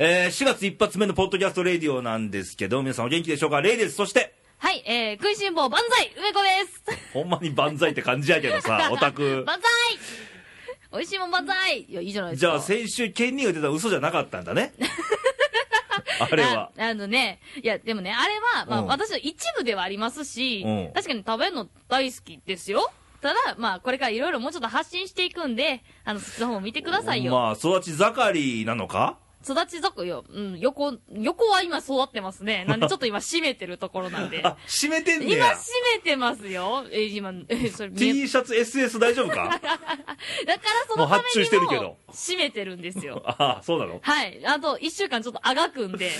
えー、4月一発目のポッドキャストレディオなんですけど、皆さんお元気でしょうかレイです。そして、はい、えー、食いしん坊万歳梅子ですほんまに万歳って感じやけど さ、オタク。万歳美味しいもん万歳いや、いいじゃないですじか。ゃあ先週、ケンニーが出た嘘じゃなかったんだ ね。あれは。ああのね、いや、でもね、あれは、まあ、うん私の一部ではありますし、うん確かに食べるの大好きですよ。ただ、まあ、これからいろいろもうちょっと発信していくんで、あの、そっちの方見てくださいよ。まあ、育ち盛りなのか育ち底よ、うん、横、横は今育ってますね。なんでちょっと今閉めてるところなん で。あ、閉めてん今ね閉や。めてますよ。え、今、え、それ見え T シャツ SS 大丈夫かだからそものうた発注してめるけにども、閉めてるんですよ。ああ、そうなのはい。あと、一週間ちょっとあがくん で、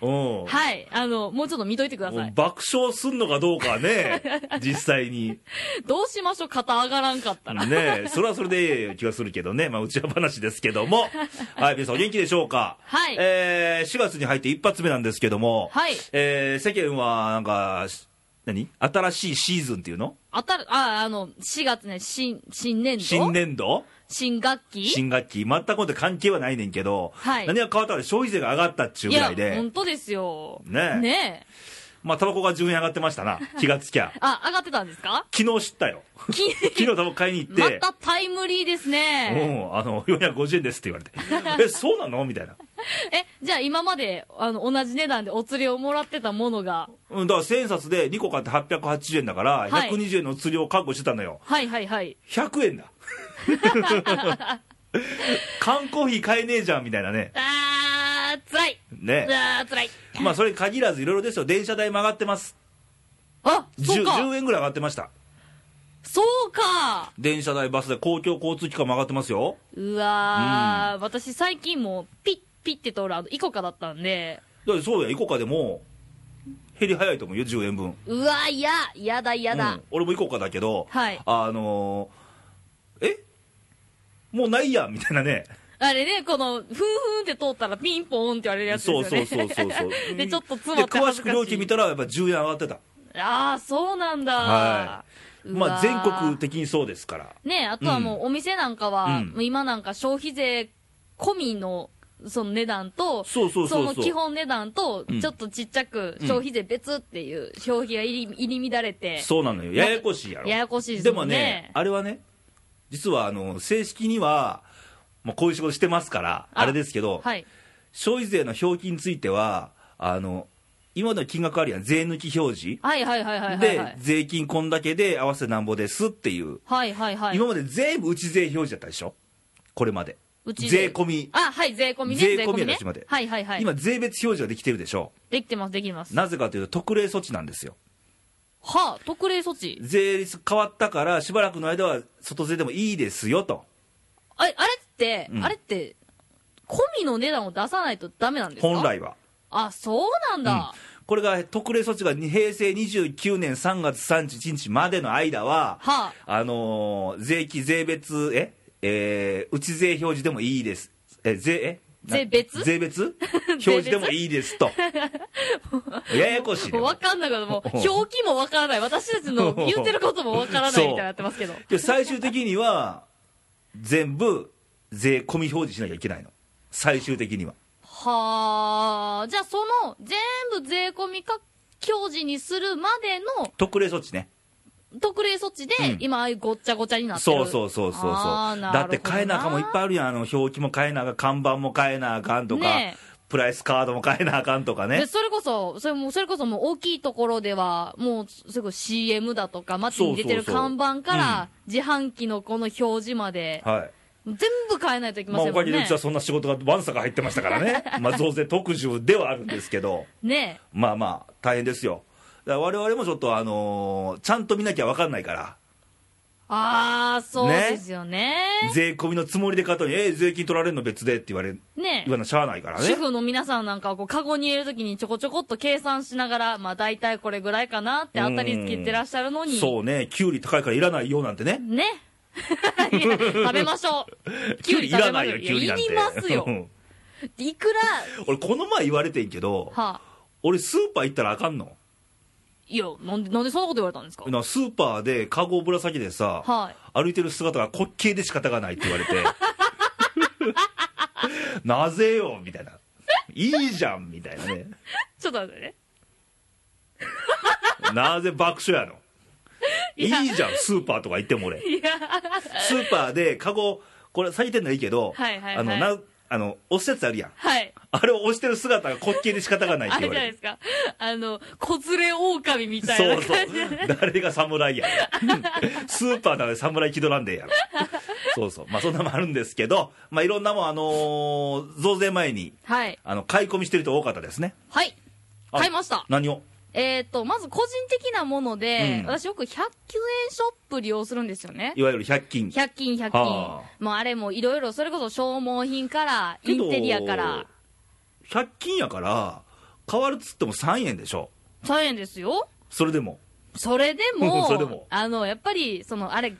うん。はい。あの、もうちょっと見といてくだもさうい。爆笑すんのかどうかは ね、実際に。どうしましょう肩上がらんかったら。ねえ、それはそれでええ気がするけどね。まあ、うちは話ですけども。 はい、皆さんお元気でしょうかはいえー、4月に入って一発目なんですけども。はいえー、世間は、なんか、し何新しいシーズンっていうのあたる、あ、あの、4月ね、新、新年度新年度新学期新学期全くこと関係はないねんけど、はい何が変わったら消費税が上がったっちゅういぐらやい、本で、当ですよ。ねえねえ。まあ、タバコが10円上がってましたな。気がつきゃ。あ、上がってたんです か昨日知 ったよ。き昨日タバコ買いに行っまて、たタイムリーですうね。ん、あの、450円ですって言 われて。え、そうなのみたいな。え、じゃあ今まで、あの、同じ値段でお釣りをもらってたものが、うん、だから1000円札で2個買って880円だから、はい120円の釣りを確保してたのよ。はいはいはい。 100円 だ。缶コーヒー買えねえじゃんみたいなね。あー、辛い。ね。あー、辛い。まあそれに限らずいろいろですよ。電車代も上がってます。あ、そ 10, うか。 10円ぐらい上がってました。そうか。電車代、バス代、公共交通機関も上がってますよ。うわー、私最近もうピッピッて通るあのイコカだったんでだってそうや、イコカでも、減り早いと思うよ、10円分。うわーいややだやだ、うん俺もイコカだけど、はいあのーえもうないやんみたいなね。あれねこのふんふんって通ったらピンポーンって言われるやつですそようそうそうね。そうそう でちょっと詰でまって詳恥しずくか料し金見いたら、やっぱ10円上がってた。ああそうなんだ、はうわーまあ全国的にそうですから。ねあとはもうお店なんかは、うんもう今なんか消費税込みのその値段とそうそうそうそうの基本値段と、うんちょっとちっちゃく消費税別っていう消費が入り入り乱れてそうなのよ。ややこしいやろ。ややこしいですでももんねね、あれはね、実はあの、正式には、まあ、こういう仕事してますから、ああれですけど、はい消費税の表記については、あの、今までの金額あるやん、税抜き表示。はいはいはいはいはい、はで、。い税金こんだけで合わせてなんぼですっていう。はいはいはい。今まで全部内税表示だったでしょこれまで。内税税込み。あ、はい、税込みね。税込みね私まではいはいはい。今、税別表示ができてるでしょできてます、できてます。なぜかというと、特例措置なんですよ。はあ、特例措置。税率変わったから、しばらくの間は外税でもいいですよと。あれ、あれって、うんあれって、込みの値段を出さないとダメなんですか本。来は。あ、そうなんだ。これが特例措置がに平成29年3月31日までの間は、はあのー税金、税別、ええー内税表示でもいいです。え、税、えな 税別税別表示でもいいです と。ややこしいねもうわかんないから、もう、お表記もわからない。私たち の言ってることもわからなそいうみたいになってますけど。で最終的には、全部税込み表示しなきゃいけないの。最終的には。はあ、じゃあその、全部税込みか、表示にするまでの特例措置ね。特例措置で、うん今、ああいうごっちゃごちゃになってる。そうそうそうそうそうあーなるだほっどて買えなあかんもんいっぱいあるやんあの表記も買えなあかん看板も買えなあかんとか、ねえプライスカードも買えなあかんとかでねそれこそ、それも、それこそもう大きいところでは、もう、すぐ CM だとか、街に出てるそうそうそ看う板から、自販機のこの表示まで、はい全部変えないといけままあ、せんおもかんげでうねち。はそんな仕事がわんさか入ってましたから ね、まあ、増税特需ではあるんですけど、ねまあまあ、大変ですよ、だから我々もちょっと、あのーちゃんと見なきゃ分かんないから、あー、そうですよね。税込みのつもりで買ったのに、えー税金取られるの別でって言われる、ね言わなしゃあないからね主、婦の皆さんなんかはこう、カゴに入れるときにちょこちょこっと計算しながら、まあ大体これぐらいかなって当たりつけてらっしゃるのに、そうね、給料高いからいらないよなんてね、ね。 いや食べましょう。きゅうりいらないよ、給料いなやんて。いりますよう。んいくら、俺、この前言われてんけど、はあ、俺、スーパー行ったらあかんのいや、なんで、なんでそんなこと言われたんですかなスーパーで、カゴぶら下げでさ、はい。歩いてる姿が滑稽で 仕方がないって言われて、なぜよみたいな。いいじゃんみたいなね、ちょっと待ってね。なぜ爆笑やの、いいやいじゃん、スーパーとか行っても俺、いや、スーパーでカゴ、これ、咲いてんのいいけど、はいはいはいあのなあの押すやつあるやん、はい。あれを押してる姿が滑稽で仕方がないってあれ言じわゃなれいる。ですか。あの、子連れ狼みたいそなう感じそうで。誰が侍やスーパーなので侍気取らんでええやろそうそうまあそんなのもあるんですけどまあいろんなもんあのー増税前にはい。あの買い込みしてる人多かったですねはい。あ買いました。何をえっ、と、まず個人的なもので、うん私よく100円ショップ利用するんですよね。いわゆる100均100均、100は均。もうあれもいろいろ、それこそ消耗品から、インテリアから、けど100均やから変わるっつっても3円でしょ3円ですよ。それでもそれで も、それでもあの、やっぱり、その、あれ、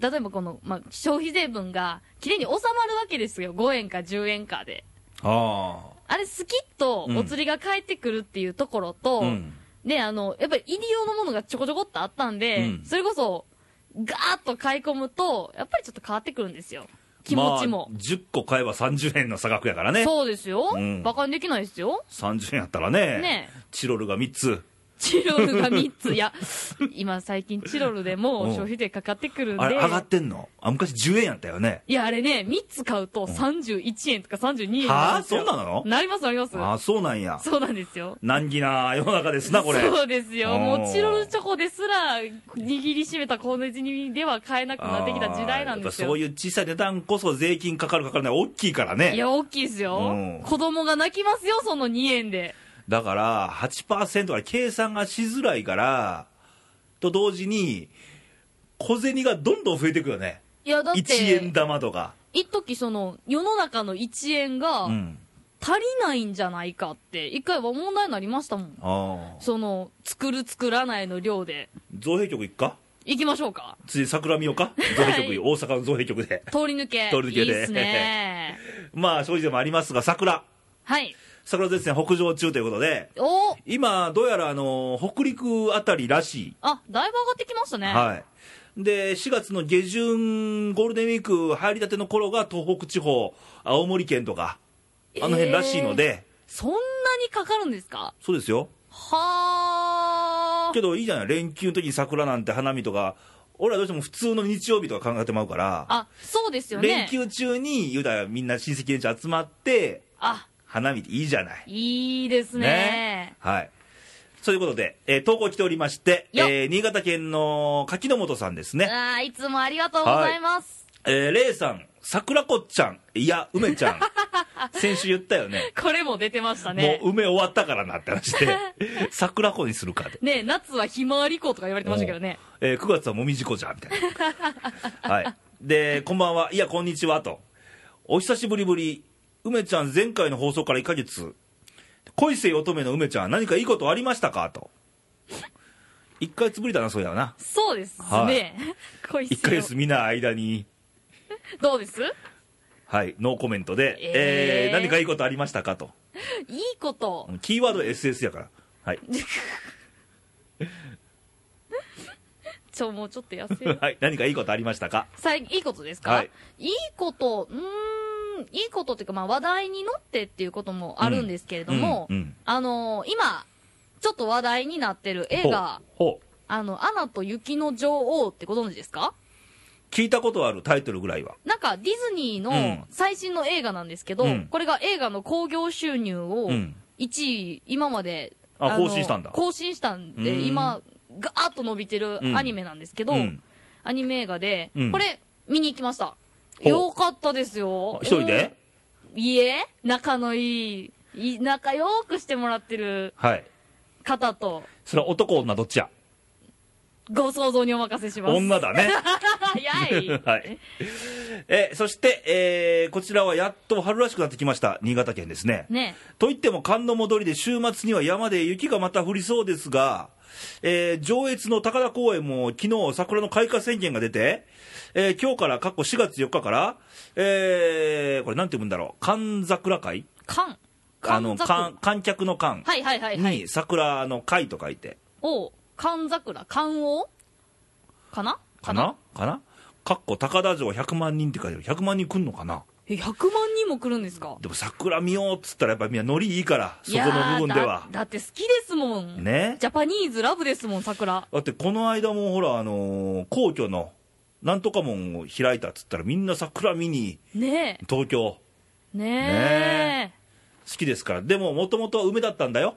例えばこの、まあ、消費税分が、きれいに収まるわけですよ。5円か10円かで。ああれ、スキッとお釣りが返ってくるっていうところと、あうんで、あの、やっぱり入り用のものがちょこちょこっとあったんで、うんそれこそ、ガーッと買い込むと、やっぱりちょっと変わってくるんですよ。気持ちも。まあ、10個買えば30円の差額やからねそうですよ。うんバカにできないですよ。 30円やったらねねチロルが3つチロルが3つ。いや、今最近チロルでも消費税かかってくるんで。あれ上がってんのあ昔10円やったよねいや、あれね、3つ買うと31円とか32円にはあなるんですよそうなのなります、なります。ああそうなんやそうなんですよ。難儀な世の中ですなこれそうですよ。うんもうチロルチョコですら、握りしめた小ネジにでは買えなくなってきた時代なああやんですっぱそよう。いう小さい値段こそ税金かかるかからない大きいからいねや、大きいですようん。子供が泣きますよ、その2円で。だから8%が計算がしづらいからと同時に小銭がどんどん増えていくよねいや、だっ1円て、玉とか、一時その、世の中の1円がうん、足りないんじゃないかって、一回は問題になりましたもん。ああその、作る作らないの量で。造幣局行くか行きましょうか。次桜見ようか造幣局、はい大阪の造幣局で通り抜け。通り抜けでいいっ すね。まあ正直でもありますが桜はい。桜前線北上中ということでお今どうやらあの北陸あたりらしいあ、だいぶ上がってきましたね。はい、で4月の下旬、ゴールデンウィーク入りたての頃が東北地方、青森県とか、あの辺らしいので、そんなにかかるんですかそうですよ、はーけどいいじゃない、連休の時に桜なんて花見とか、俺らどうしても普通の日曜日とか考えてまうから、あ、そうですよね。連休中に、言うたらみんな親戚連中集まって、あ、花見っていいじゃない。いいですね。はいということで、えー投稿来ておりまして、よっえー新潟県の柿本さんですね。あーいつもありがとうございます。えー、レイさん、桜子ちゃん、いや、梅ちゃ ん、先週言ったよね、これも出てましたね。もう梅終わったからなって話 で、桜子にするかで、ね夏はひまわり校とか言われてましたけどね。えー9月はもみじ子じゃんみたいな、はい、で、こんばんは、いや、こんにちはと、お久しぶりぶり、梅ちゃん、前回の放送から1ヶ月、恋せよ乙女の梅ちゃん、何かいいことありましたかと、1ヶ月ぶりだな、そうやな、そうですね。 恋1せヶよ月見ない間に。どうですはい、ノーコメントで、ええーー何かいいことありましたかと、いいこと。キーワード SS やから、はい、ちょ、もうちょっと痩せよう はい、何かいいことありましたか、最いいことですか、はいい、いこと、うーん、いいことっていうか、まあ、話題に乗ってっていうこともあるんですけれども、うんうんあのー今、ちょっと話題になってる映画、ほうほうあの、アナと雪の女王ってご存知ですか聞いたことあるタイトルぐらいは、なんか、ディズニーうのん最新の映画なんですけど、うんこれが映画の興行収入をうん1位、今まで、あの更新したんだ更新したんうで、ん今、ガーッと伸びてるアニメなんですけど、うんアニメ映画で、うんこれ、見に行きました。ほうよかったですよあ。一人で、うんいいえ、仲のいい、い仲良くしてもらってるはい、方と、それは男、女、どっちや、ご想像にお任せします。女だね、 早い。はいえーそして、えーこちらはやっと春らしくなってきました、新潟県ですね。ね。といっても寒の戻りで週末には山で雪がまた降りそうですが、えー上越の高田公園も昨日桜の開花宣言が出て、えー今日から、過去4月4日から、えーこれなんて読むんだろう、寒桜会かん。あの、かん観観客の観はいはいはいはい。に桜の会と書いて、を、寒桜、寒王かなかなかなかっこ高田城100万人って書いてある。100万人来んのかなえ、100万人も来るんですかでも桜見ようっつったらやっぱみんなノリいいからそこの部分でいやはーだだって好きですもんねジャパニーズラブですもん桜だってこの間もほらあのー皇居のなんとか門を開いたっつったらみんな桜見にね東京えねえね好きですからでももともとは梅だったんだよ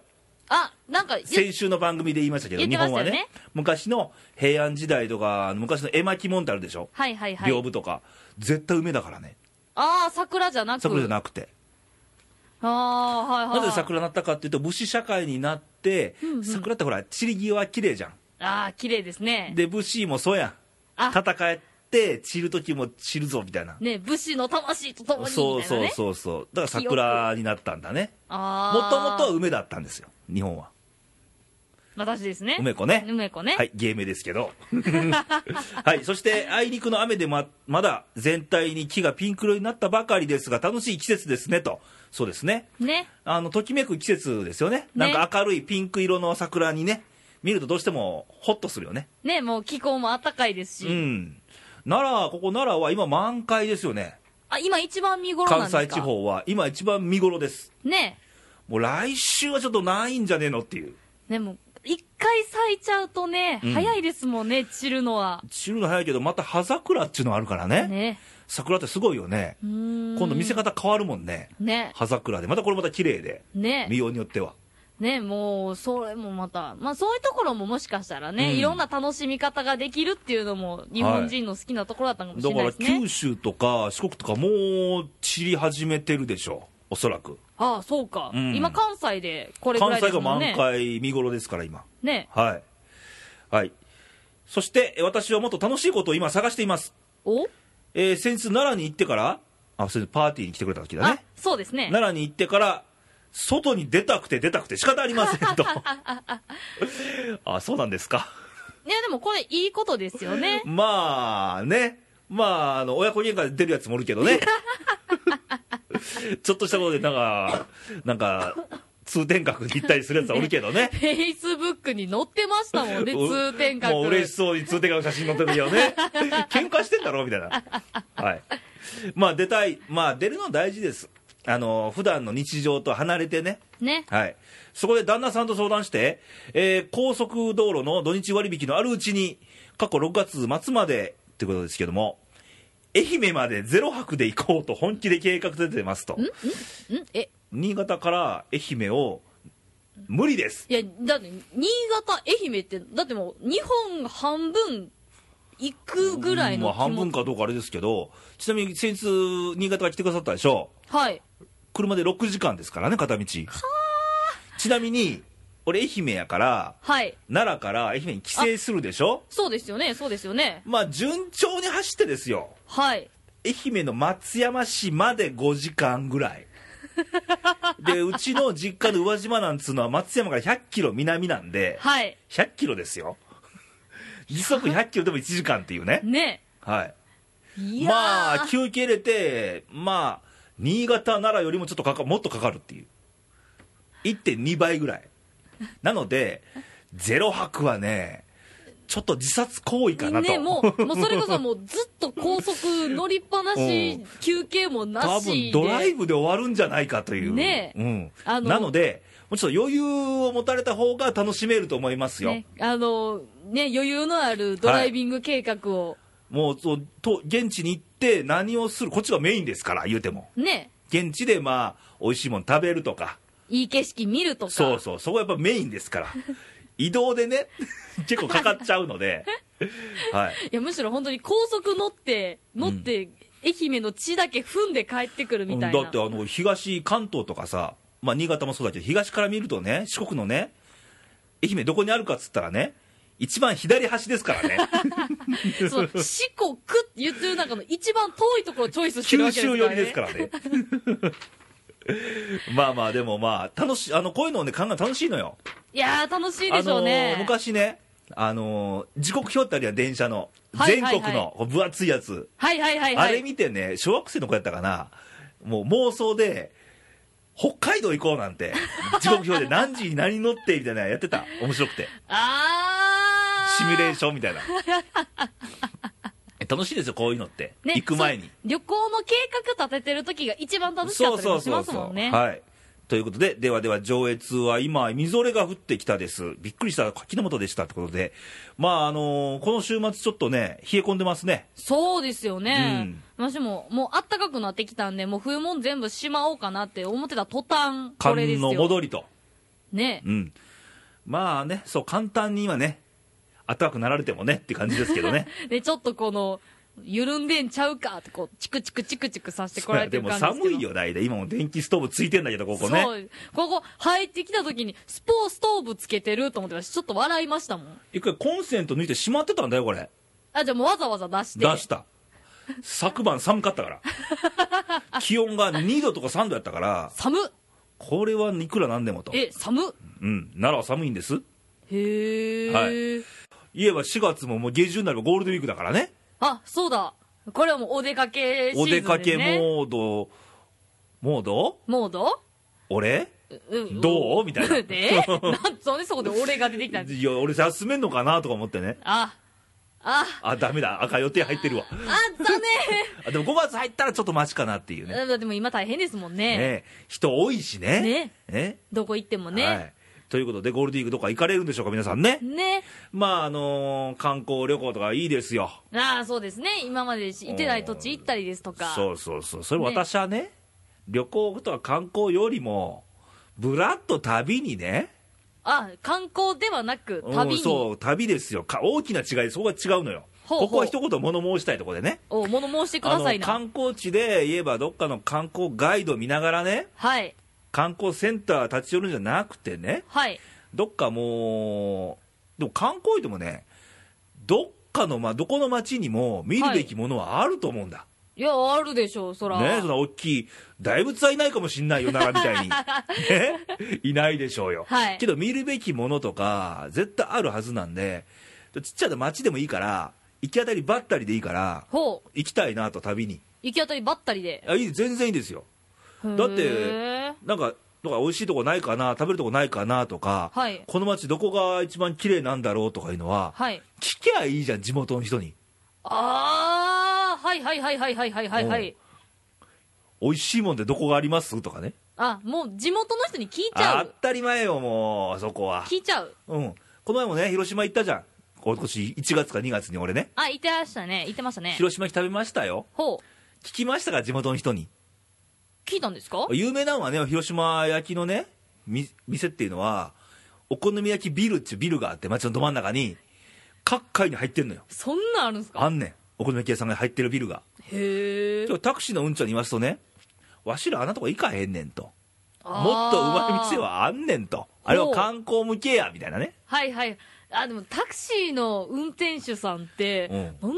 あなんか言先週の番組で言いましたけど言っ日てま本したはよねね昔の平安時代とか昔の絵巻モンタルでしょ、はいはいは屏い風とか絶対梅だからねああ桜じゃなく桜じゃくなくてああはいはいなぜ桜なったかっていうと武士社会になって、うんうん桜ってほら散り際綺麗じゃんああ綺麗ですねで武士もそうやんあ戦って散る時も散るぞみたいなね武士の魂とともにみたいなそねうそうそうそうだから桜になったんだねもああともとは梅だったんですよ日本は私ですね梅子ね梅子ね、はい芸名ですけど はいそしてあいにくの雨でままだ全体に木がピンク色になったばかりですが楽しい季節ですねとそうですねねあのときめく季節ですよねねなんか明るいピンク色の桜にね見るとどうしてもホッとするよねねもう気候も暖かいですし、うん奈良ここ奈良は今満開ですよねあ今一番見頃なんで関すか西地方は今一番見頃ですねもう来週はちょっとないんじゃねえのっていうでも一回咲いちゃうとね、うん早いですもんね散るのは散るの早いけどまた葉桜っていうのあるからねね桜ってすごいよね今今度見せ方変わるもんねね葉桜でまたこれまた綺麗でね見ようによってはねもうそれもまたまあそういうところももしかしたらね、うんいろんな楽しみ方ができるっていうのも日本人の好きなところだったのかもしだれかないらですね、九州とか四国とかもう散り始めてるでしょうおそらくああそうか、うん今関西でこれぐら関西いですがも満んね開見頃ですから今ねはいはいそしてえ私はもっと楽しいことを今探していますお、えー先日奈良に行ってからあそれパーティーに来てくれた時だあねそうですね奈良に行ってから外に出たくて出たくて仕方ありません とあそうなんですかいやでもこれいいことですよねまあね、まあ、あの親子喧嘩で出るやつもおるけ どね、ちょっとしたことで、なんか、なんか、通天閣に行ったりするやつはおるけどね、フェイスブックに載ってましたもん ねう通天閣もう嬉しそうに通天閣の写真載ってるよ ね、喧嘩してんだろみたいな、はい、まあ出たい、まあ出るの大事です、あの普段の日常と離れてね。ねはい、そこで旦那さんと相談して、えー高速道路の土日割引のあるうちに、過去6月末までってことですけども、愛媛までゼロ泊で行こうと本気で計画出てますと、んえ新潟から愛媛を無理です、いや、だって、新潟、愛媛って、だってもう、日本半分行くぐらいのまあ、気持ち半分かどうかあれですけど、ちなみに先日、新潟から来てくださったでしょ、はい。車で6時間ですからね、片道。ちなみに、俺、愛媛やから、はい。奈良から愛媛に帰省するでしょ。そうですよね、そうですよね。まあ順調に走ってですよはい。愛媛の松山市まで5時間ぐ らいでうちの実家の宇和島なんつうのは松山から100キロ南なんではい。 100キロですよ時速100キロでも1時間っていうねね。はいいやーまあ休憩入れてまあ新潟奈良よりもちょっとかかもっとかかるっていう1.2倍ぐらいなの でゼロ泊はねちょっと自殺行為かなとね、もう、もうそれこそもうずっと高速乗りっぱなうしん、休憩もな多し分で。ドライブで終わるんじゃないかという、ねえうん、あのなので、もうちょっと余裕を持たれた方が楽しめると思いますよ、ね、あの、ね、余裕のあるドライビング計画を、もうそうと現地に行って何をする、こっちがメインですから、言うても、ね、現地でまあ美味しいもの食べるとか、いい景色見るとか。そうそう、そこはやっぱメインです から、移動でね、 結構かかっちゃうので、はい、いやむしろ本当に高速乗って乗って、愛媛の地だけ踏んで帰ってくる みたいな、だってあの東関東とかさ、まあ、新潟もそうだけど東から見るとね四国のね愛媛どこにあるかっつったらね一番左端ですからねその四国って言ってる中の一番遠いところをチョイスしてる九わけです州から、寄ね、りですからね まあまあでもまあ楽しいあのこういうのをね考えるの楽しいのよいやー楽しいでしょうあね、のー昔ねあのー時刻表ってあるやん電車の、はいはいは全い国のこう分厚いやつはいはいはいあはれい見てね、小学生の子やったかな、もう妄想で、北海道行こうなんて、時刻 表で何時に何乗ってみたいなのやってた、面白くて、あーシ ミュレーションみたいな。楽しいですよ、こういうのって。ね、行く前にそう旅行の計画立ててる時が一番楽しかそっうたりそもうしそまうすそもう、んね。はい。ということで、ではでは上越は今、みぞれが降ってきたです。びっくりした柿の元でしたってことで、まあ、あのーこの週末ちょっとね、冷え込んでますね。そうですよね。うん私も、もうあったかくなってきたんで、もう冬もん全部しまおうかなって思ってた途端、これで寒すのよ。戻りと。ね。うん。まあね、そう、簡単に今ね、暖かくなられてもねって感じですけどね。で、ち ょっとこの、緩んでんちゃうかって、こう、チクチクチクチクさせてこられてでるも感じですけど。寒いよ、大体。今も電気ストーブついてんだけど、ここねそ。う。ここ、入ってきた時に、スポーストーブつけてると思って私、ちょっと笑いましたもん。一回コンセント抜いてしまってたんだよ、これ。あ、じゃあもうわざわざ出して。出した。昨晩寒かった から。気温が2度とか3度やったから、寒っこれはいくらなんでもと。え、寒っうん。奈良は寒いんです。へー。はい言えば4月ももう下旬になればゴールデンウィークだからね。あ、そうだ。これはもうお出かけシーおズンで、ね。出かけモード、モードモード俺うんどうみたいな でなんそんでそこで俺が出て きたんですいや、俺休めんのかなとか思ってね。あ、あ、あ、ダメだ。赤予定入って るわ。あったねあでも5月入ったらちょっと待ちかなっていう ね。うんでも今大変ですもんね。ね人多いしね。ねどこ行ってもね。はい。ということで、ゴールデンウィークどこか行かれるんでしょうか、皆さんね。ね。まあ、あのー観光旅行とかいいですよ。ああ、そうですね。今までし行ってない土地行ったりですとか。そうそうそう。それ私はね、旅行とか観光よりも、ぶらっと旅にね、あ、観光ではなく、うん旅に。そう、旅ですよ。か大きな違い、そこが違うのよ。ほうほうここは一言物申したいところでね。お、物申してくあだのさいな。観光地で言えばどっかの観光ガイド見ながらねはい。観光センター立ち寄るんじゃなくてねはい。どっかもうでも観光地でもねどっかの、まあ、どこの町にも見るべきものはあると思うんだ、いや、あるでしょう、そら。ねその大きい大仏はいないかもしんないよ奈 良みたいに、ね、 いないでしょうよ、はいけど見るべきものとか絶対あるはずなんでちっちゃな町でもいいから行き当たりばったりでいいからほう。行きたいなと旅に行き当たりばったりで。あいい全然いいですよだだってなんか、なんか美味しいとこないかな、食べるとこないかなとか、はいこの街どこが一番綺麗なんだろうとかいうのは、はい。聞きゃいいじゃん、地元の人に。ああ、はいはいはいはいはいはいはいはい。美味しいもんでどこがありますとかね。あ、もう地元の人に聞いちゃあう。当たり前よ、もう、そこは。聞いちゃう。うん。この前もね、広島行ったじゃん。今年1月か2月に俺ね、あ、いてましたね。いてましたね。広島来食べましたよ。ほう。聞きましたか、地元の人に。聞いたんですか有名なのはね、広島焼きのね、み店っていうのは、お好み焼きビルっていうビルがあって、街のど真ん中に、各階に入ってんのよ。そんなんあるんですかあんねん、お好み焼き屋さんが入ってるビルが。へえ。今日タクシーのうんちゃんに言わすとね、わしらあんなとこ行かへんねんと、もっとうまい店は。はあんねんと、あれはほう観光向けやみたいなね、はいはい。あ、でもタクシーの運転手さんって、うんなんであんな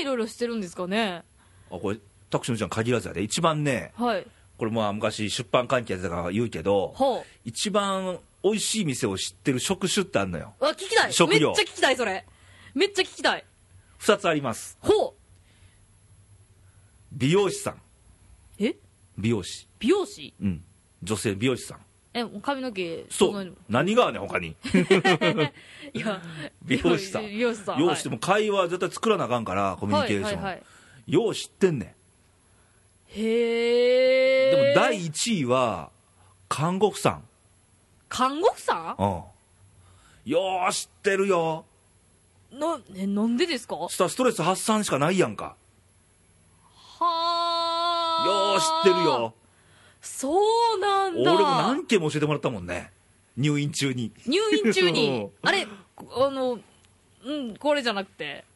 いろいろしてるんですかねあこれ、タクシーのうんちゃん限らずやで、一番ね、はい。これ、まあ昔、出版関係だから言うけど、ほう。一番美味しい店を知ってる職種ってあんのよ、あ、聞きたい。職業めっちゃ聞きたい、それ。めっちゃ聞きたい。 2つあります、ほう。美容師さん、え美容師、美容師うん、女性美容師さん、え、もう髪の毛、そ整えうる、何があんねん、他 に。いや、美容師さん、美容師さん。容師でも会話絶対作らなあかんから、コミュニケーション。はいはいはい。よう知ってんねんへでえ。も第1位は看護婦さん看護婦さうんよう知ってるよんの、え、なんでですかはしたらストレス発散しかないやんかあ。よう知ってるよ。そうなん俺だ。も何件も教えてもらったもんね入院中に入院中う にん、あれ、あの、うん、これじゃなくて。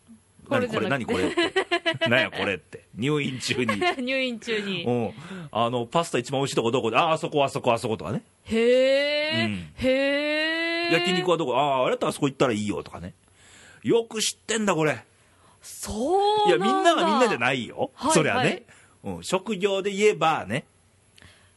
これ何じこゃれ何これなくて。って何やこれって入院中 に入院中うに。んあのパスタ一番美味しいとこどこああそこあそこあそことかねへえ、うんへえ。焼肉はどこあああれだったらあそこ行ったらいいよとかねよく知ってんだこれそういなやんみだ。。んながみんなじゃないいよ、はいそりゃね、うん、職業で言えばね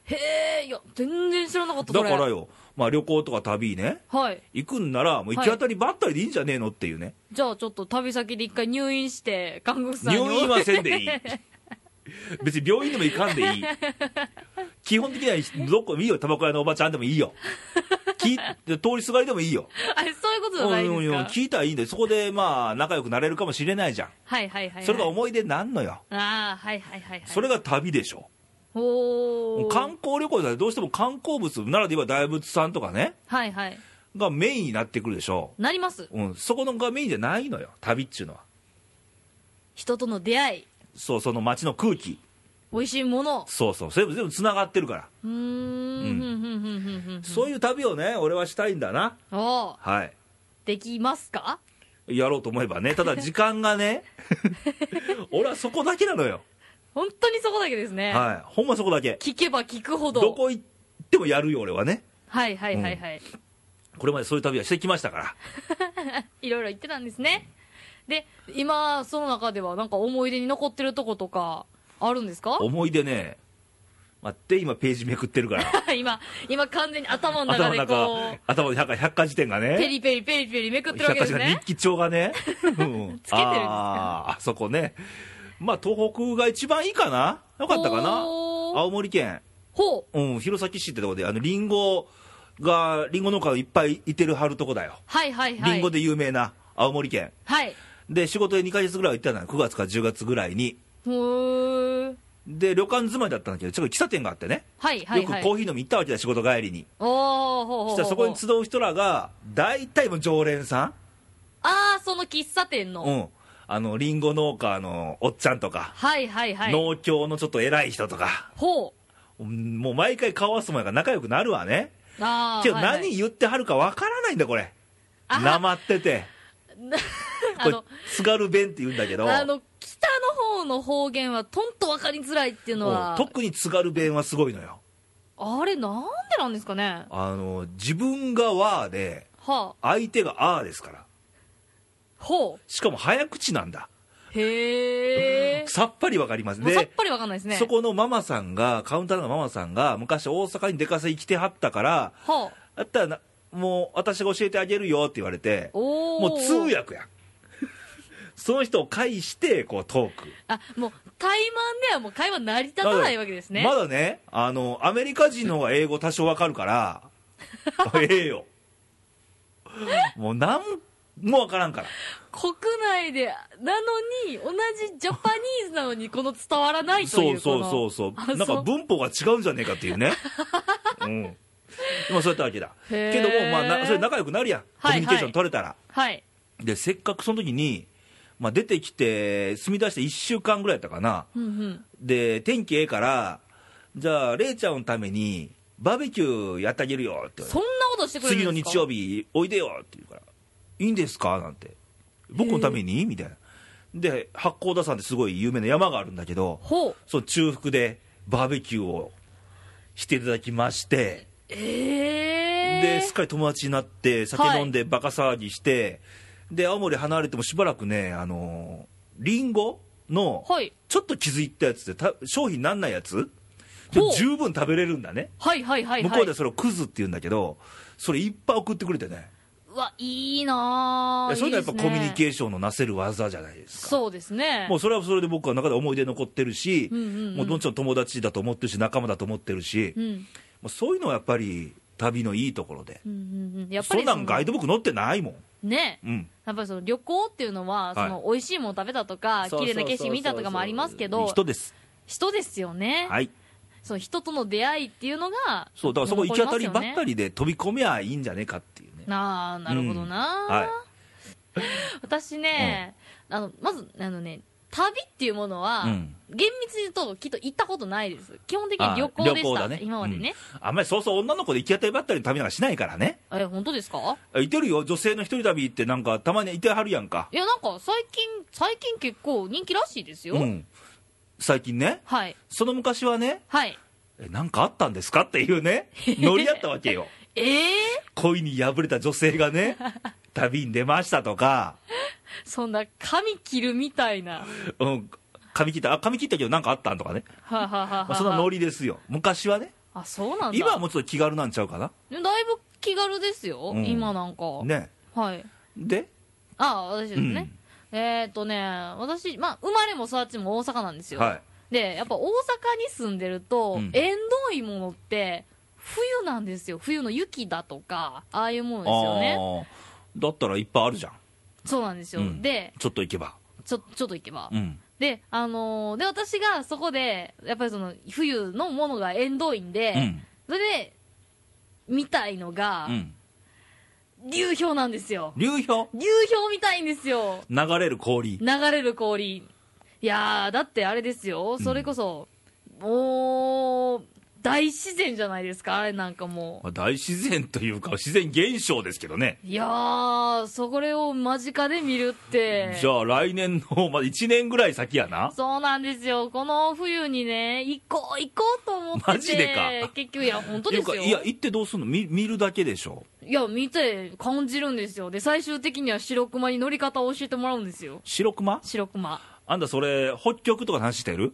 へえ、いや、全然知らなかった、だそかれ。らよ、まあ、旅行とか旅ね、はい。行くんなら、もう行き当たりばったりでいいんじゃねえのっていうね、じゃあちょっと旅先で一回入院して、看護婦さんに。入院はせんでいい、別に病院でも行かんでいい、基本的にはどこでもいいよ、タバコ屋のおばちゃんでもいいよ。聞い通りすがりでもいいよ。 あれ、そういうことじゃないうんうんですか。聞いたらいいんだよ。そこでまあ、仲良くなれるかもしれないじゃん。はいはいはいはい。それが思い出になんのよ。ああ、はいはいはいはい。それが旅でしょ。おー。観光旅行だとどうしても観光物ならでは大仏さんとかね、はいはい。がメインになってくるでしょなります。う。うん、そこのがメインじゃないのよ、旅っちゅうのは。人との出会い、そう、その街の空気。美味しいもの。そうそう、それも全部繋がってるから。うーん。ふんふんふんふんふんふんそういう旅をね、俺はしたいんだな。おーはい。できますかやろうと思えばね。ただ時間が ね、俺はそこだけなのよ。本当にそこだけですね。はい。ほんまそこだけ。聞けば聞くほど。どこ行ってもやるよ、俺はね。はいはいはいはい。これまでそういう旅はしてきましたから。いろいろ言ってたんですね。で、今、その中ではなんか思い出に残ってるとことか、あるんですか思い出ね、待って、今ページめくってるから。今、今完全に頭の頭 中ので中こ、頭の中、百科事典がう、ペね。リペリペリペリめくってるわ百け科事典ですがね日。記帳が ね。うんつけてるんですかあーあそこね。まあ、東北が一番いいかなよかったかなおー青森県。ほう。うん、弘前市ってとこで、あの、リンゴが、リンゴ農家がいっぱいいてるはるとこだよ。はいはいはい。リンゴで有名な青森県。はい。で、仕事で2ヶ月ぐらいは行ったのよ。9月か10月ぐらいに。ほー。で、旅館住まいだったんだけど、ちょっと喫茶店があってね。はいはいよくはい。コーヒー飲み行ったわけだよ、仕事帰りに。おー、ほうほうほそう。したらそこに集う人らが、大体もう常連さん。あー、その喫茶店の。うん、あのリンゴ農家のおっちゃんとか、はいはいはい。農協のちょっと偉い人とか、ほう。うんもう毎回顔合わせてもらうから仲良くなるわね、あー。けどはいはい何言ってはるかわからないんだ、これ、あなまって て、あこれの、、津軽弁って言うんだけど、あの、北の方の方言はとんとわかりづらいっていうのうんは、特に津軽弁はすごいのよ、あれなんでなんですかねあの自分がわーで、はあ、相手があーですから、ほう。しかも早口なんだ、へえ。さっぱりわかりますもうさっね。ぱりわかんないですね。そこのママさんが、カウンターのママさんが、昔大阪に出稼ぎ来てはったから、はあ。だったらな、もう私が教えてあげるよって言われて、おお。もう通。訳やん。その人を介して、こうトーク。あ、もう、対マンではもう会話成り立たないわけですね。まだね、あの、アメリカ人の方が英語多少わかる から、ええよ。もうなんもわからんから。国内で、なのに、同じジャパニーズなのに、この伝わらないとそいうう。そうこそのうそう。あそうなんか文法が違うんじゃねえかっていう ね。うん。まあそうやったわけだ。へーけども、まあな、それ仲良くなるやん。コミュニケーション取れたら。はい。で、せっかくその時に、まあ、出てきて、住み出して1週間ぐらいやったかな。うんうん。で、天気ええから、じゃあ、れいちゃんのために、バーベキューやってあげるよって言われてそんなことしてくれ次るのんですか日曜日、おいでよって言うから、いいんですかなんて。僕のためにみたいな。で、八甲田山ってすごい有名な山があるんだけど、ほう。その中腹でバーベキューをしていただきまして、ええ。で、すっかり友達になって、酒飲んでバカ騒ぎして、で、青森離れてもしばらくね、あのーリンゴの、はい。ちょっと気づいたやつでた商品なんないやつほう十分食べれるんだね。はいはいはいは向い。こうではそれをクズって言うんだけど、それいっぱい送ってくれてね。うわ、いいなぁ。そういうのはやっぱコミュニーケーションのなせる技じゃないですか。そうですね。もうそれはそれで僕は中で思い出残ってるし、うんうんうんもうどんちろん友達だと思ってるし、仲間だと思ってるし、うもん。うんうそういうのはやっぱり旅のいいところで。うんうん。やっぱそりんなそんのガイドブック載ってないもん。ね。うん。やっぱりその旅行っていうのは、いその美味しいもの食べたとか、綺麗な景色見たとかもありますけど、人です。人ですよね、はい。その人との出会いっていうのが、そう、だからそこ行き当たりばっかり。りで飛び込みゃいいんじゃねえかっていうね。なあ、なるほどな、はい。私ね、あの、まず、あのね、旅っていうものは、うん厳密に言うと、きっと行ったことないです。基本的に旅行あでした、今までね。、うんあんまりそうそう女の子で行き当たりばったりの旅なんかしないからねえ、本当ですかあいてるよ女性の一人旅ってなんかたまにいてはるやんかいや、なんか、最近、最近結構人気らしいですよ。うん最近ねはい。その昔はねはい。えなんかあったんですかっていうね ノリやったわけよええ恋に破れた女性が ね旅に出ましたとか、そんな、髪切るみたいな。うん、髪切ったあ髪切ったけどなんかあったんとかね、はあはあはあはまああ、そんなノリですよ昔はねあ、そうなんだ。今はもうちょっと気軽なんちゃうかなだいぶ気軽ですよ、うん今なんか。ねはい。であ、私ですね。えーっ、とね、私、まあ、生まれも育ちも大阪なんですよ。はいでやっぱ大阪に住んでると、うん縁遠いものって冬なんですよ冬の雪だとかああいうものですよねあーだったらいっぱいあるじゃんそうなんですよ、うんでちょっと行けばちょちょっと行けば、うんであのーで私がそこでやっぱりその冬のものが縁遠いんで、うんそれで見たいのが、うん流氷なんですよ流氷流氷見たいんですよ流れる氷流れる氷いやーだってあれですよそれこそ、もう大自然じゃないですかあれなんかもまあ大自然というか自然現象ですけどねういやーそこれを間近で見るってじゃあ来年の、まあ、1年ぐらい先やなそうなんですよこの冬にね行こう行こうと思っててマジでか結局いや本当ですよっていうかいや行ってどうすんの見見るだけでしょいや見て感じるんですよで最終的には白熊に乗り方を教えてもらうんですよ白熊白熊あんたそれ北極とかの話して る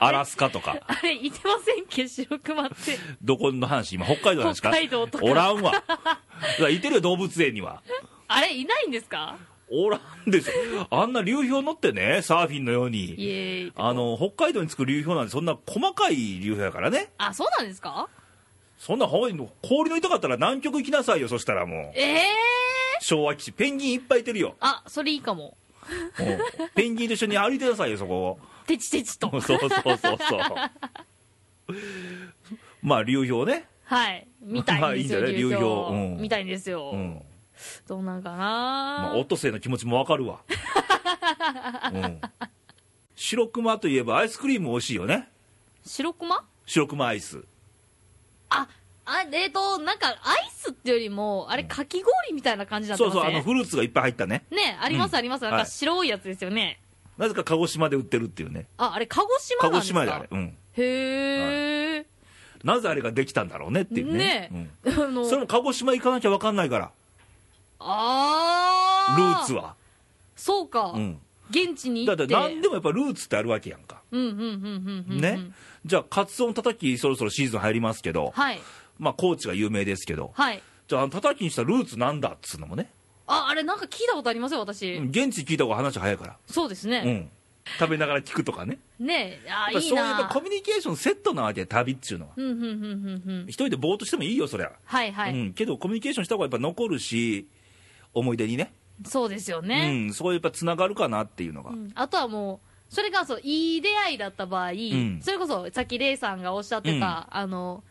アラスカとかあれいてませんっけ白熊ってどこの話今北海道の話か北海道とかおらんわだからいてるよ動物園にはあれいないんですかおらんでしょあんな流氷乗ってねサーフィンのようイにエーイあの北海道につく流氷なんてそんな細かい流氷やからねあそうなんですかそんなほんまに氷の痛かったら南極行きなさいよそしたらもうええ昭和基地ペンギンいっぱいいてるよあそれいいかももうペンギンと一緒に歩いてなさいよそこてちてちとを そうそうそうそうまあ流氷ねはい見たいんですよ、まあ いいんじゃない流氷流氷うん見たいんですよ、うんどうなんかな、まあ、オットセイの気持ちもわかる わ、うん、白熊といえばアイスクリーム美味しいよね白熊白熊アイスああえっ、となんかアイスっていうよりもあれかき氷みたいな感じだったそんうでそうあのフルーツがいっぱい入ったねねありますあります、うんなんはかい白いやつですよね、なぜか鹿児島で売ってるっていうねああれ鹿児島鹿なん児です島かであれ、うん、へえ、なぜあれができたんだろうねっていうねねえ あうんのそれも鹿児島行かなきゃ分かんないからあルーツはは、そうか、うん、現地に行だっってて何でもやっぱルーツってあるわけやんかうんうんうんうんうんうんね、じゃあカツオのたたきそろそろシーズン入りますけど、はいまあ高知が有名ですけどはいじゃああのたたきにしたルーツなんだっつうのもねああれなんか聞いたことありますよ私、現地聞いた方が話早いからそうですうね、ん、食べながら聞くとかね、ねえあやっぱいいそういうやっなぱコミュニケーションセットなわけ、旅っちゅうのは、うんうんうんうんうん一人でぼーっとしてもいいよ、そりゃ、はいはい、うん、けどコミュニケーションした方がやっぱ残るし、思い出にね、そうですよね、うん、そこでやっぱつながるかなっていうのが、うんあとはもうそれがそういい出会いだった場合、んそれこそさっきレイさんがおっしゃってた、あの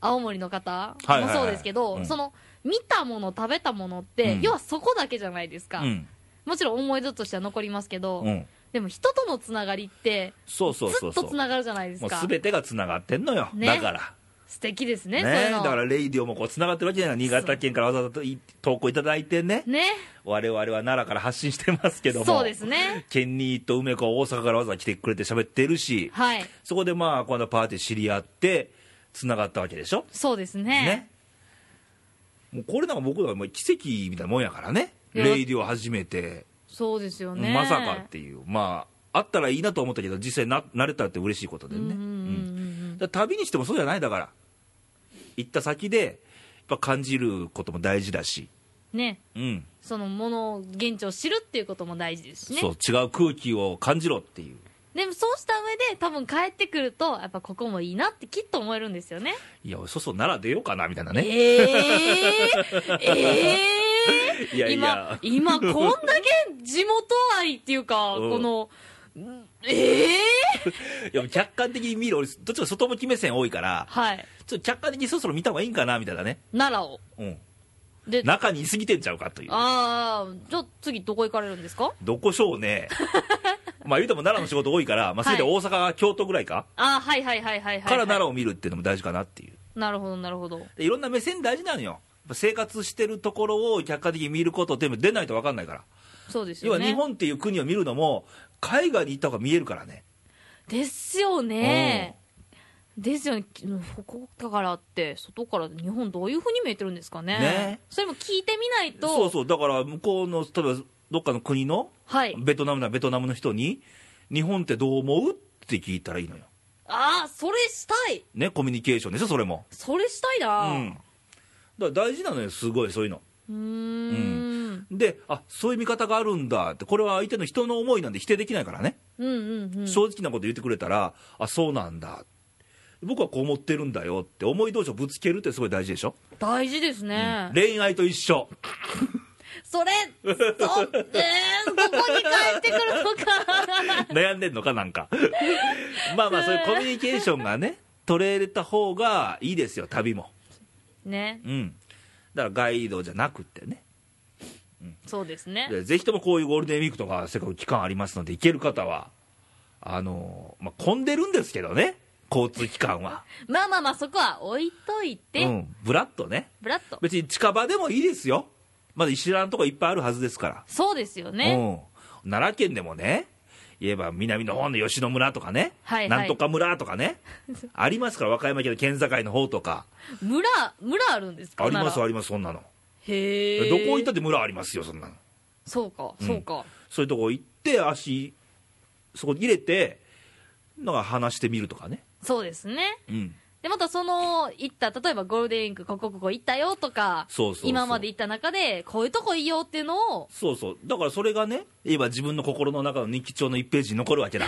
青森の方いはいもはいそうですけど、うんその見たもの食べたものって、うん要はそこだけじゃないですか、うん、もちろん思い出としては残りますけど、うん、でも人とのつながりってそうそうずそっうそとう、つながるじゃないですもうかすべてがつながってんのよ、ねだから。素敵ですねねそういうのだからレイディオもこうつながってるわけじゃない新潟県からわざわざとい投稿いただいてねね我々は奈良から発信してますけどもそうですねケンニーと梅子は大阪からわざわざ来てくれて喋ってるし、はいそこでまあ、このパーティー知り合って、つながったわけでしょ、そうですねね。もうこれなんか僕らはもう奇跡みたいなもんやからね、いやレイディを始めて、そうですよねまさかっていう、まあ、あったらいいなと思ったけど、実際な、慣れたって嬉しいことでね。うんうんうんうんうんだから旅にしてもそうじゃない、だから、行った先で、やっぱ感じることも大事だし、ねうん、そのもの現地を知るっていうことも大事ですしねそう、違う空気を感じろっていう。でもそうした上で多分帰ってくるとやっぱここもいいなってきっと思えるんですよねいや、そそなら出ようかな、みたいなね。ええー、ええー、 いやいや今今こんだけ地元愛っていうか、うんこのええいや客観的に見る俺どっちかというと外向き目線多いからー、はいちょっと客観的にそろそろ見た方がいいんかなみたいなね、奈良をうん、で中にいすぎてんちゃうかというああじゃあ次どこ行かれるんですかどこしょう ねまあ言うても奈良の仕事多いから、まあ、それではい大阪、京都ぐらいかああはいはいはいはいはい、はい、から奈良を見るっていうのも大事かなっていうなるほどなるほどでいろんな目線大事なのよやっぱ生活してるところを客観的に見ることっていうのも出ないと分かんないから、そうです要よはね日本っていう国を見るのも海外に行った方が見えるからねですよねですよねきここだからって外から日本どういうふうに見えてるんですかねねそれも聞いてみないとそうそうだから向こうの例えばどっかの国のはいベトナムならベトナムの人に日本ってどう思うって聞いたらいいのよああそれしたいね、コミュニケーションでしょ、それも。。それしたいうなうんだから大事なのよ、すごい、そういうの。ーんで、あそういう見方があるんだって、これは相手の人の思いなんで否定できないからね。うんうんうん。正直なこと言ってくれたら、あそうなんだ、僕はこう思ってるんだよって、思い同士をぶつけるってすごい大事でしょ、大事ですね。恋愛と一 緒、それ、そ、えー、どこに帰ってくるの か。悩んでんのか、なんか、まあまあ、そういうコミュニケーションが ね、取れた方がいいですよ、旅も。ね、うん、だからガイドじゃなくってね、そうですね。でぜひともこういうゴールデンウィークとか、せっかく期間ありますので、行ける方は、あのまあ、混んでるんですけどね、交通機関は。まあまあまあ、そこは置いといて、うん、ブラッとね、ブラッと。別に近場でもいいですよ、まだ知らんとこいっぱいあるはずですから。そうですよね。うん、奈良県でもね、言えば南の方の吉野村とかね、はいなんとか村とか ね、ありますから、和歌山県の県境の方とか、村、村あるんですかあります、なあらります、そんなの、へえ。どこ行ったって村ありますよ、そんなの、そうか、んそうか。そういうとこ行って、足、そこに入れて、なんか話してみるとかね、そうですね。うん、で、またその、行った、例えばゴールデンウィーク、ここここ行ったよとか、そうそうそう今まで行った中で、こういうとこいいよっていうのを、そうそう、だからそれがね、言えば自分の心の中の日記帳の1ページに残るわ けだ。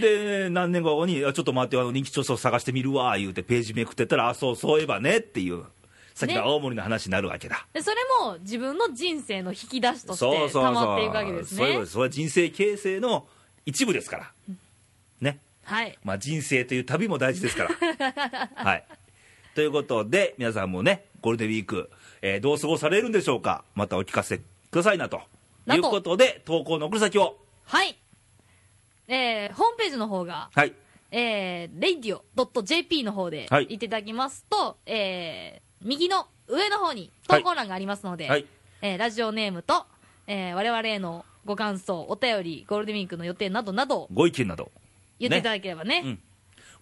で、何年後に、あちょっと待ってよ、あの日記帳を探してみるわ、言うて、ページめくってったら、あ、そう、そういえばねっていう、さっきの青森の話になるわけだ。でそれも自分の人生の引き出しとしそうそうて、そう、溜まっていくわけですね。そういうことですそれは人生形成の一部ですから、ね、はい。まあ、人生という旅も大事です から。はい、ということで、皆さんもね、ゴールデンウィーク、えーどう過ごされるんでしょうか、またお聞かせくださいなと。ないうとことで、投稿の送り先を。はい。えー、ホームページの方が、はい。えー、radio.jp の方で、はい行っていただきますと、えー、右の上の方に投稿欄がありますので、はい。えーラジオネームと、えー、我々へのご感想、お便り、ゴールデンウィークの予定などなどご意見など。言っていただければね。ね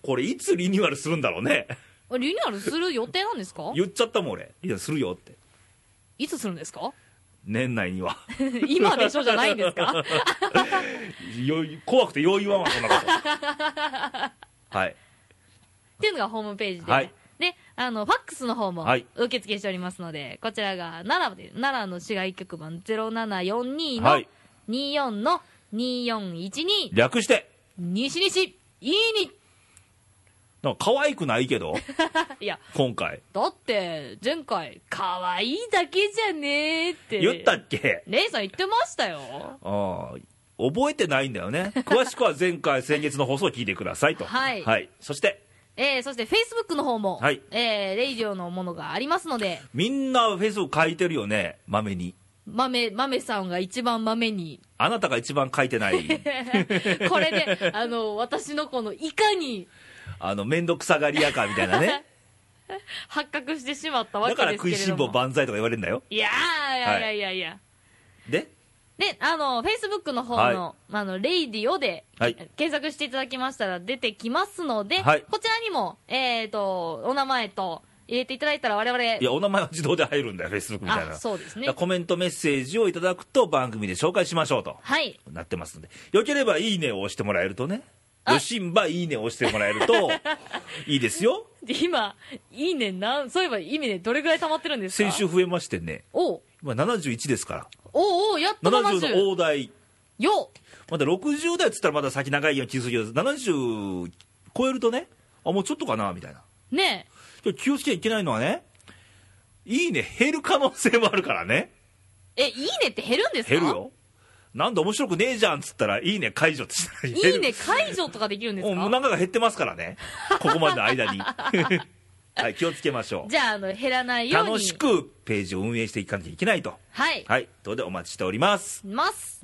これ、いつリニューアルするんだろうね。あリニューアルする予定なんですか言っちゃったもん、俺。リニューアルするよって。いつするんですか 年内には。 今でしょじゃないんですかよい怖くてよう言わんわ、そんな こと。はい。っていうのがホームページで。はいで、あの、ファックスの方もはい受付しておりますので、こちらが奈良で、奈良の市街局番0742はのい24の2412、略して。西西、いいに。なんか可愛くないけど、いや、今回。だって、前回、可愛いだけじゃねえって。言ったっけレイさん言ってましたよ。ああ覚えてないんだよ ね。詳しくは前回、先月の放送を聞いてくださいと。はいそして、えー、そして Facebook の方も、はいえー、レイジオのものがありますので、みんなフェイスを書いてるよね、まめに。豆、豆さんが一番豆に、あなたが一番書いてない。 これ で、あの、私のこの、いかにあの、めんどくさがり屋かみたいなね。発覚してしまった わだけでからすけ食いれしんど坊も。万歳とか言われるんだよ。いやー、いやいやいやいや。で、で、あの、Facebook の方の、あの、レイディオで、はい検索していただきましたら出てきますので、はいこちらにも、えっ、と、お名前と入れていただいたら我々、いや、お名前は自動で入るんだよ、フェイスブックみたいな。あ、そうですだからね。コメントメッセージをいただくと番組で紹介しましょうと。はい。なってますので。よければいいねを押してもらえるとね。あよしんばいいねを押してもらえる と、いいですよ。で今、いいね、なん、そういえばいいね、どれぐらい溜まってるんですか先週増えましてね。おう今71ですから。おうおうやっと70 70。の大台、よまだ60代っつったらまだ先長いような気するけど、70超えるとね、あ、もうちょっとかな、みたいな。うねえ。で気をつけちゃいけないのはね、いいね減る可能性もあるからね。え、いいねって減るんですか減るよ。なんで面白くねえじゃんっつったら、いいね解除ってしたら減るいいね解除とかできるんですもうかなんかが減ってますからね。ここまでの間 に。はい、気をつけましょ。じゃあ、あの、減らないうように。楽しくページを運営していかなきゃいけないと。はい。はい、ということでお待ちしております。ます。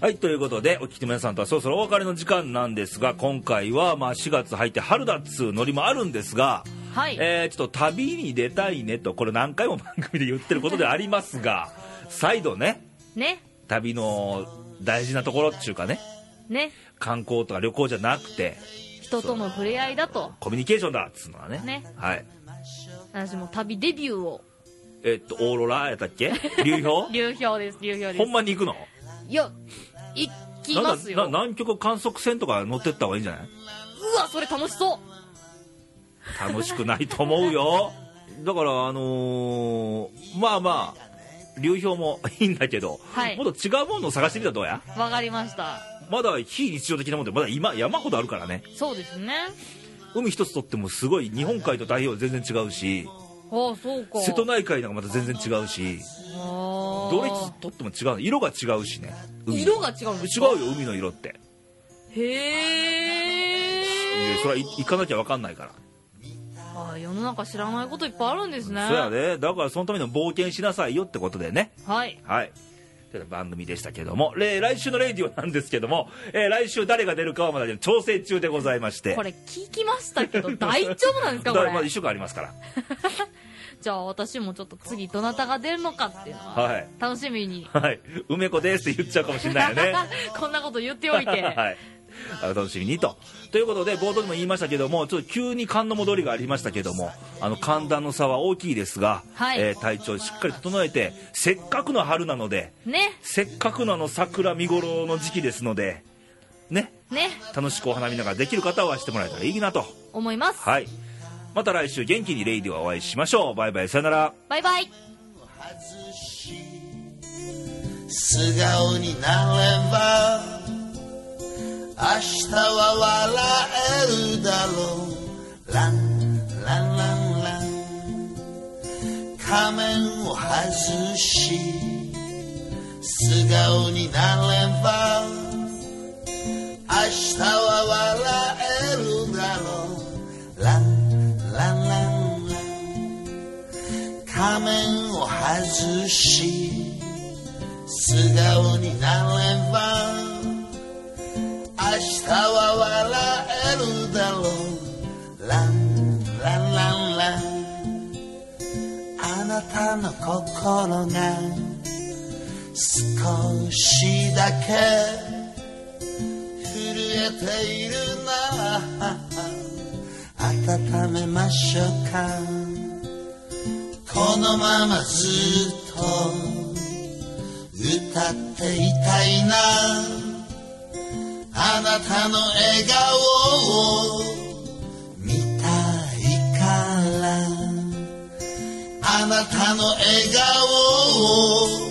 はい、ということで、お聞きの皆さんとはそろそろお別れの時間なんですが、今回は、まあ、4月入って春だっつうノリもあるんですが、はい。えー、ちょっと旅に出たいねと、これ何回も番組で言ってることでありますが、再度ね、ね。旅の大事なところっていうかね、ね。観光とか旅行じゃなくて、人との触れ合いだと。コミュニケーションだっつうのはね。ねはい。私も旅デビューを。えっと、オーロラやったっけ 流氷流氷です、流氷でほんす。まに行くのいや、行きますなよ。んだな南極観測船とか乗ってった方がいいんじゃないうわ、それ楽しそう楽しくないと思うよだからあのーまあまあ流氷もいいんだけど、はいもっと違うものを探してみたらどうやわかりました。まだ非日常的なもんでまだ今山ほどあるからねそうですね。海一つとってもすごい日本海と太平洋全然違うしああ、そうか。瀬戸内海なんかまた全然違うしああ。どれ一つとっても違う色が違うしね海色が違うんです違かうよ海の色ってへでえ。それは行かなきゃ分かんないからああ、世の中知らないこといっぱいあるんですね。そうやねだからそのための冒険しなさいよってことでねはい。はいという番組でしたけどもれ来週のレイディオなんですけども、えー来週誰が出るかはまだね調整中でございましてこれ聞きましたけど、大丈夫なんですか、だこからまだ1れ。週間ありますからじゃあ私もちょっと次どなたが出るのかっていうのは、はい楽しみに。はい「梅子です」って言っちゃうかもしれないよね こんなこと言っておい て。はいあの楽しみにとということで冒頭でも言いましたけどもちょっと急に寒の戻りがありましたけどもあの寒暖の差は大きいですが、はいえー体調しっかり整えてせっかくの春なのでね、せっかくのあの桜見頃の時期ですのでねね、楽しくお花見なんかできる方はしてもらえたらいいなと思います。はいまた来週元気にレイディオお会いしましょうバイバイさよならバイバイ。外し素顔になれば明日は笑えるだろうランランランラン仮面を外し素顔になれば明日は笑えるだろうランランランラン仮面を外し素顔になれば明日は笑えるだろうランランランランあなたの心が少しだけ震えているな温めましょうかこのままずっと歌っていたいなあなたの笑顔を見たいからあなたの笑顔を